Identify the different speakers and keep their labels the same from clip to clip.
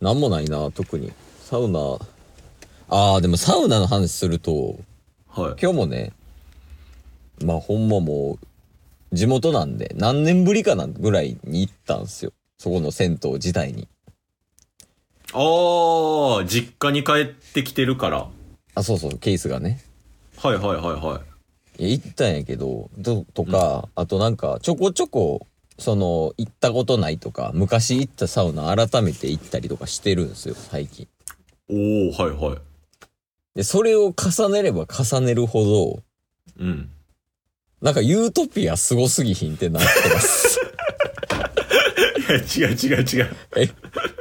Speaker 1: なんもないな、特に。サウナ、ああ、でもサウナの話すると、
Speaker 2: はい。
Speaker 1: 今日もね、まあほんまもう、地元なんで、何年ぶりかなぐらいに行ったんすよ。そこの銭湯自体に。
Speaker 2: ああ、実家に帰ってきてるから。
Speaker 1: あ、そうそう、ケースがね。
Speaker 2: はいはいはいはい。
Speaker 1: いや行ったんやけど、ととか、あとなんか、ちょこちょこ、その、行ったことないとか、昔行ったサウナ改めて行ったりとかしてるんですよ、最近。
Speaker 2: おおはいはい。
Speaker 1: で、それを重ねれば重ねるほど、
Speaker 2: うん。
Speaker 1: なんかユートピアすごすぎひんってなってます。
Speaker 2: いや違う違う違う。
Speaker 1: え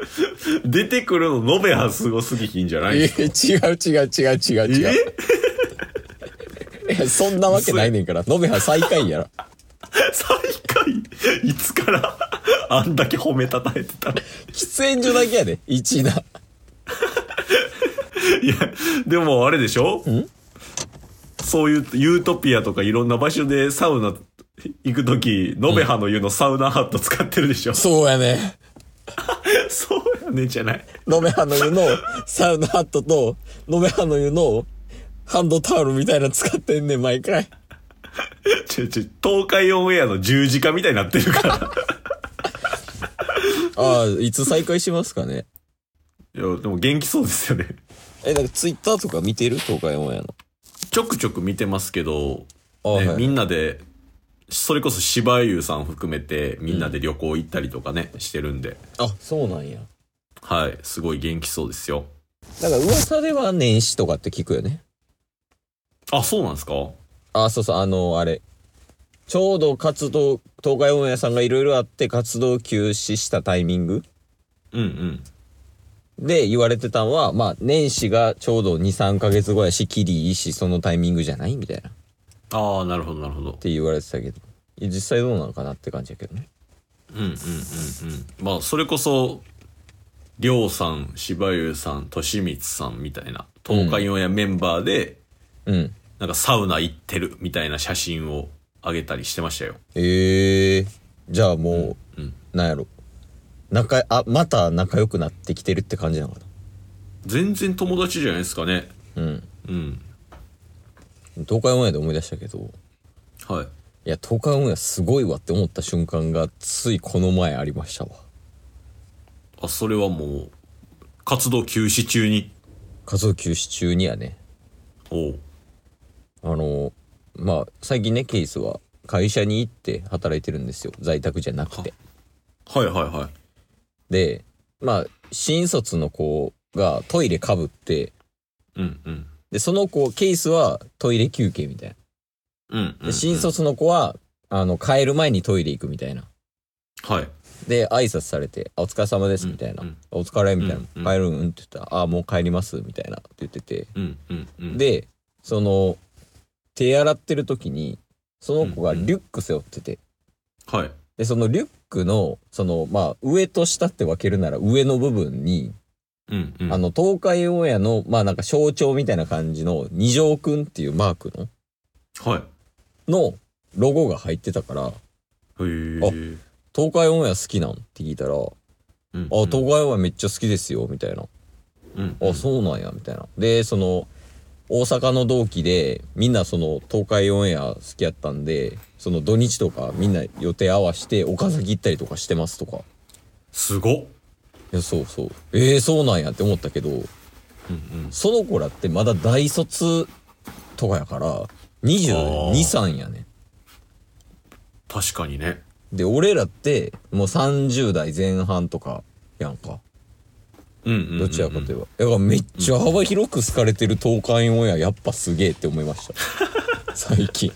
Speaker 2: 出てくるの、延べはすごすぎひんじゃない
Speaker 1: え
Speaker 2: ですか。
Speaker 1: 違う違う違う違う違う。いやそんなわけないねんから、ノベハ最下位やら。
Speaker 2: 最下位いつからあんだけ褒めたたえてたの
Speaker 1: 喫煙所だけやで、1位な。
Speaker 2: いや、でもあれでしょそういうユートピアとかいろんな場所でサウナ行くとき、延べハの湯のサウナハット使ってるでしょ、
Speaker 1: そうやね。
Speaker 2: そうやねんじゃない。
Speaker 1: ノベハの湯のサウナハットと、ノベハの湯のハンドタオルみたいなの使ってんねん、毎回。
Speaker 2: ちょちょ、東海オンエアの十字架みたいになってるから。
Speaker 1: ああ、いつ再開しますかね。
Speaker 2: いや、でも元気そうですよね。
Speaker 1: え、なんかツイッターとか見てる東海オンエアの。
Speaker 2: ちょくちょく見てますけど、
Speaker 1: ああ、
Speaker 2: ね
Speaker 1: はい
Speaker 2: みんなで、それこそ芝生さん含めてみんなで旅行行ったりとかね、してるんで、
Speaker 1: あ、そうなんや。
Speaker 2: はい、すごい元気そうですよ。
Speaker 1: なんか噂では年始とかって聞くよね。
Speaker 2: あ、そうなんですか
Speaker 1: あ、そうそう、あの、あれ。ちょうど活動、東海オンエアさんがいろいろあって活動休止したタイミング
Speaker 2: うんうん。
Speaker 1: で言われてたんは、まあ、年始がちょうど2、3ヶ月後やし、キリいいし、そのタイミングじゃないみたいな。っ
Speaker 2: ああ、なるほど、なるほど。
Speaker 1: て言われてたけど。いや実際どうなのかなって感じやけどね。
Speaker 2: うんうんうんうん。まあ、それこそ、りょうさん、しばゆうさん、としみつさんみたいな、東海オンエアメンバーで、
Speaker 1: うん。
Speaker 2: なんかサウナ行ってるみたいな写真をあげたりしてましたよ。
Speaker 1: ええー。じゃあもう、
Speaker 2: うん
Speaker 1: なんやろ。仲、あ、また仲良くなってきてるって感じなのか
Speaker 2: 全然友達じゃないですかね。
Speaker 1: な。うん。
Speaker 2: うん。
Speaker 1: 東海オンエアで思い出したけど、
Speaker 2: はい。
Speaker 1: いや、東海オンエアすごいわって思った瞬間が、ついこの前ありましたわ。
Speaker 2: あ、それはもう、活動休止中に。
Speaker 1: 活動休止中にはね、
Speaker 2: おう。
Speaker 1: あの、まあ、最近ね、ケイスは会社に行って働いてるんですよ。在宅じゃなくて。
Speaker 2: はいはいはい。
Speaker 1: で、まあ、新卒の子がトイレかぶって、
Speaker 2: うんうん。
Speaker 1: で、その子、ケイスはトイレ休憩みたいな。
Speaker 2: うんうん、う
Speaker 1: で、
Speaker 2: ん。
Speaker 1: 新卒の子は、あの、帰る前にトイレ行くみたいな。
Speaker 2: はい。
Speaker 1: で、挨拶されて、あお疲れ様です、みたいな。
Speaker 2: うんうん
Speaker 1: お疲れ、みたいな。
Speaker 2: うんうん
Speaker 1: 帰るんって言ったら、あもう帰ります、みたいな。って言ってて。
Speaker 2: うんうんうん。、
Speaker 1: で、その、手洗ってる時に、その子が
Speaker 2: うんうん
Speaker 1: リュック背負ってて、
Speaker 2: はい。
Speaker 1: で、そのリュックの、その、まあ、上と下って分けるなら上の部分に、
Speaker 2: うんうん。
Speaker 1: あの、東海オンエアの、まあなんか象徴みたいな感じの二条くんっていうマークの、
Speaker 2: はい。
Speaker 1: のロゴが入ってたから、
Speaker 2: へえ。
Speaker 1: 東海オンエア好きなんって聞いたら、あ、
Speaker 2: うんうん
Speaker 1: 東海オンエアめっちゃ好きですよ、みたいな。
Speaker 2: うん
Speaker 1: あ、そうなんや、みたいな。で、その、大阪の同期で、みんなその、東海オンエア好きやったんで、その土日とかみんな予定合わせて、岡崎行ったりとかしてますとか。
Speaker 2: すごっ。
Speaker 1: いや、そうそう。ええそうなんやって思ったけど、
Speaker 2: うんうん。
Speaker 1: その子らってまだ大卒とかやから、22、
Speaker 2: あー
Speaker 1: 3やね
Speaker 2: 確かにね。
Speaker 1: ん。で、俺らって、もう30代前半とか、やんか。
Speaker 2: うんうんうんうん。
Speaker 1: どちらかといえば。だからめっちゃ幅広く好かれてる東海オンエア、やっぱすげえって思いま した。最近。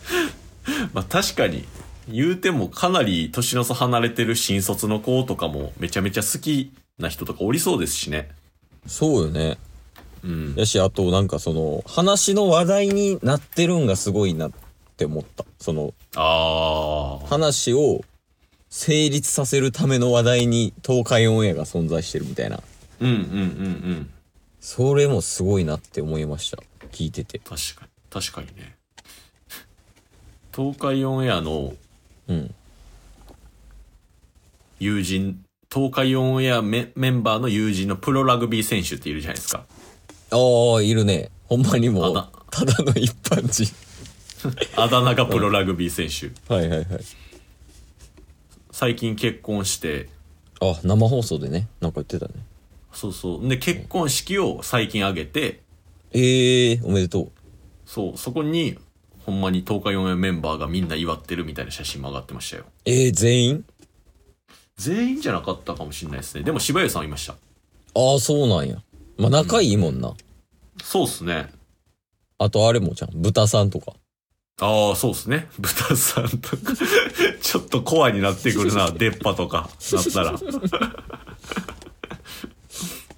Speaker 2: まあ確かに、言うてもかなり年の差離れてる新卒の子とかもめちゃめちゃ好きな人とかおりそうですしね。
Speaker 1: そうよね。
Speaker 2: うん。
Speaker 1: やし、あとなんかその、話の話題になってるんがすごいなって思った。その、
Speaker 2: ああ。
Speaker 1: 話を成立させるための話題に東海オンエアが存在してるみたいな。
Speaker 2: うんうんうんうん。
Speaker 1: それもすごいなって思いました。聞いてて。
Speaker 2: 確かに、確かにね。東海オンエアの
Speaker 1: うん。
Speaker 2: 友人東海オンエアメメンバーの友人のプロラグビー選手っているじゃないですか。
Speaker 1: ああ、いるね。ほんまにも
Speaker 2: あな
Speaker 1: う、ただの一般人。
Speaker 2: あだ名がプロラグビー選手。
Speaker 1: はいはいはい。
Speaker 2: 最近結婚して、
Speaker 1: あ、生放送でね、なんか言ってたね。
Speaker 2: そうそう。で、結婚式を最近挙げて、
Speaker 1: ええおめでとう。
Speaker 2: そう、そこに、ほんまに東海オンエアメンバーがみんな祝ってるみたいな写真も上がってましたよ。
Speaker 1: ええ全員
Speaker 2: 全員じゃなかったかもしれないですね。でも柴生さんいました。
Speaker 1: ああ、そうなんや。まあ、仲いいもんな。
Speaker 2: そうっすね。
Speaker 1: あとあれもじゃん。豚さんとか。
Speaker 2: ああ、そうっすね。 豚さんとか。 ちょっとコアになってくる な。出っ歯とか。なったら。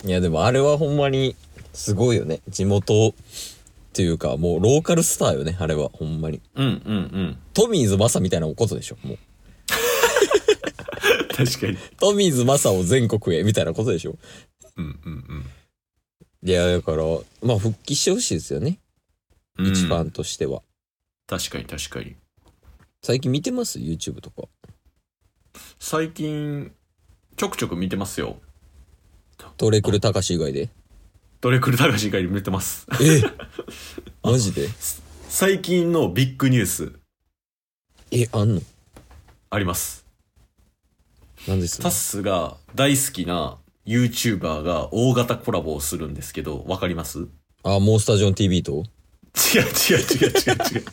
Speaker 1: いや、でもあれはほんまに、すごいよね。地元、っていうか、もうローカルスターよね。あれは、ほんまに。
Speaker 2: うんうんうん。
Speaker 1: トミーズマサみたいなことでしょ。もう。
Speaker 2: 確かに。
Speaker 1: トミーズマサを全国へ、みたいなことでしょ。
Speaker 2: うんうん
Speaker 1: いや、だから、まあ、復帰してほしいですよね。
Speaker 2: うん。
Speaker 1: 一
Speaker 2: うん。
Speaker 1: 番としては。
Speaker 2: 確かに確かに。
Speaker 1: 最近見てます ?YouTube とか。
Speaker 2: 最近、ちょくちょく見てますよ。
Speaker 1: トレクルタカシ以外で。
Speaker 2: ドレクル高橋以外に見てます。
Speaker 1: えマジで
Speaker 2: 最近のビッグニュース
Speaker 1: え、あんの
Speaker 2: あります。
Speaker 1: なんです
Speaker 2: タッスが大好きな YouTuber が大型コラボをするんですけど、わかります違う
Speaker 1: あ、モンスタージョン TV と
Speaker 2: 違う違う違う違う。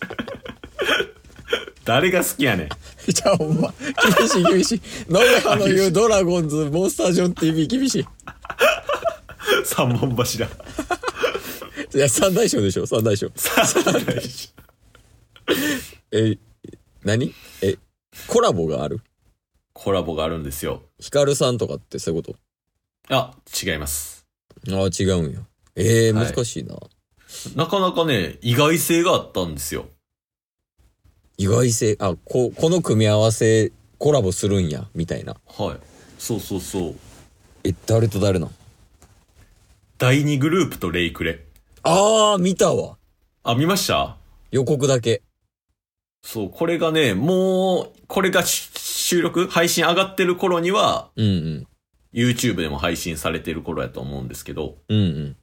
Speaker 2: 誰が好きやねん。
Speaker 1: じゃあほんま、厳しい厳しい。ノベハの言うドラゴンズ、モンスタージョン TV 厳しい。
Speaker 2: 三本柱。
Speaker 1: いや、三大将でしょ、三大将。
Speaker 2: 三本柱
Speaker 1: え、何え、コラボがある
Speaker 2: コラボがあるんですよ。
Speaker 1: ヒカルさんとかってそういうこ
Speaker 2: あ、違います。
Speaker 1: とああ、違うんや。えー、
Speaker 2: はい
Speaker 1: 難しいな。
Speaker 2: なかなかね、意外性があったんですよ。
Speaker 1: 意外性、あ、こ、この組み合わせ、コラボするんや、みたいな。
Speaker 2: はい。そうそうそう。
Speaker 1: え、誰と誰なん
Speaker 2: 第2グループとレイクレ。
Speaker 1: あー、見たわ。
Speaker 2: あ、見ました
Speaker 1: 予告だけ。
Speaker 2: そう、これがね、もう、これがし収録配信上がってる頃には、
Speaker 1: うん
Speaker 2: YouTube でも配信されてる頃やと思うんですけど、
Speaker 1: うん。うん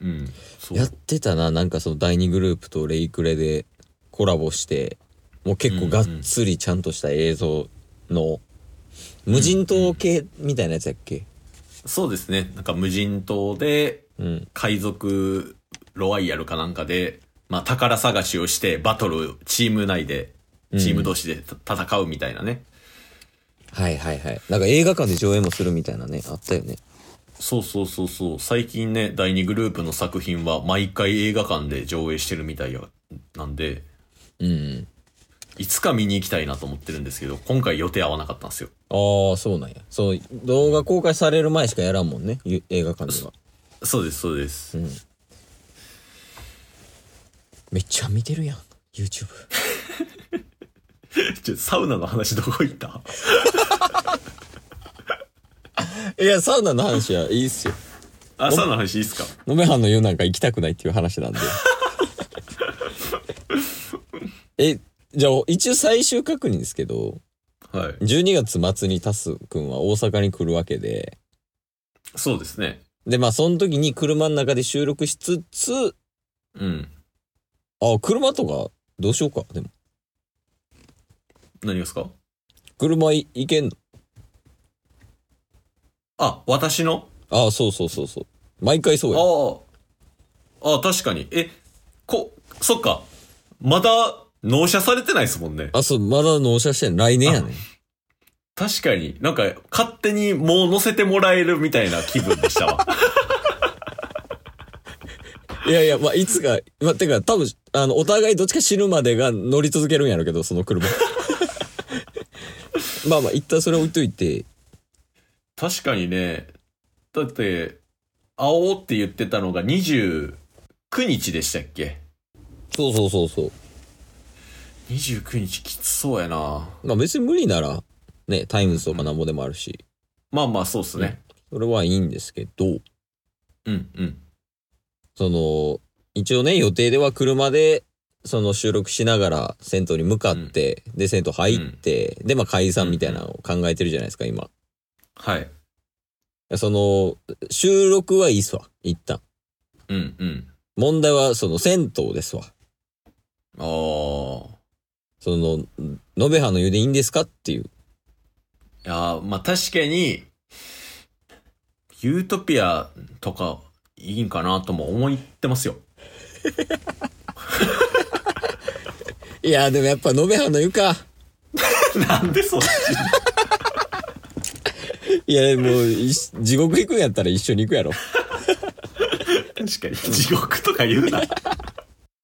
Speaker 1: うん。
Speaker 2: うん。そう
Speaker 1: やってたな、なんかその第二グループとレイクレでコラボして、もう結構がっつりちゃんとした映像の、無人島系みたいなやつやっけ
Speaker 2: そうですね。なんか無人島で、
Speaker 1: うん。
Speaker 2: 海賊ロワイヤルかなんかで、まあ宝探しをして、バトル、チーム内で、チーム同士でた戦うみたいなね。
Speaker 1: はいはいはい。なんか映画館で上映もするみたいなね、あったよね。
Speaker 2: そうそうそうそう。最近ね、第2グループの作品は毎回映画館で上映してるみたいやなんで、
Speaker 1: うん。
Speaker 2: いつか見に行きたいなと思ってるんですけど、今回予定合わなかったんですよ。
Speaker 1: ああ、そうなんや。そう、動画公開される前しかやらんもんね、ゆ映画館では。
Speaker 2: そうです、そうです。
Speaker 1: めっちゃ見てるやん、YouTube。
Speaker 2: ちょサウナの話どこ行った
Speaker 1: いや、サウナの話はいいっすよ。
Speaker 2: あ、サウナの話いいっすか
Speaker 1: のめはんの湯なんか行きたくないっていう話なんで。え、じゃあ一応最終確認ですけど、
Speaker 2: はい。
Speaker 1: 12月末にタスくんは大阪に来るわけで、
Speaker 2: そうですね。
Speaker 1: で、まあその時に車の中で収録しつつ、
Speaker 2: うん。
Speaker 1: あ、車とかどうしようか、でも。
Speaker 2: 何ですか
Speaker 1: 車い行けんの
Speaker 2: あ、私の
Speaker 1: あ、そうそうそうそう。毎回そうや。
Speaker 2: ああ。あ、確かに。え、こ、そっか。まだ、納車されてないですもんね。
Speaker 1: あ、そう、まだ納車してん来年やね
Speaker 2: 確かに。なんか、勝手にもう乗せてもらえるみたいな気分でしたわ。
Speaker 1: いやいや、まあいつか、まあてか多分、あの、お互いどっちか死ぬまでが乗り続けるんやろうけど、その車。 まあまあ一旦それ置いといて、
Speaker 2: 確かにね。だって、青って言ってたのが29日でしたっけ
Speaker 1: そうそうそうそう。
Speaker 2: ?29 日きつそうやな。
Speaker 1: まあ別に無理なら、ね、タイムズとかなんぼでもあるし、
Speaker 2: まあまあ、そうっすね。
Speaker 1: それはいいんですけど、
Speaker 2: うん、うん。
Speaker 1: その、一応ね、予定では車で、その収録しながら銭湯に向かって、で、銭湯入って、で、まあ解散みたいなのを考えてるじゃないですか、今。
Speaker 2: はい。
Speaker 1: その、収録はいいっすわ。一旦。
Speaker 2: うんうん。
Speaker 1: 問題は、その、銭湯ですわ。
Speaker 2: ああ。
Speaker 1: その、延べ葉の湯でいいんですかっていう。
Speaker 2: いやーまあ確かに、ユートピアとかいいんかなとも思ってますよ。
Speaker 1: いや、でもやっぱ延べ葉の湯か。
Speaker 2: なんでそっち
Speaker 1: いや、もう、いし地獄行くんやったら一緒に行くやろ。
Speaker 2: 確かに。地獄とか言うな。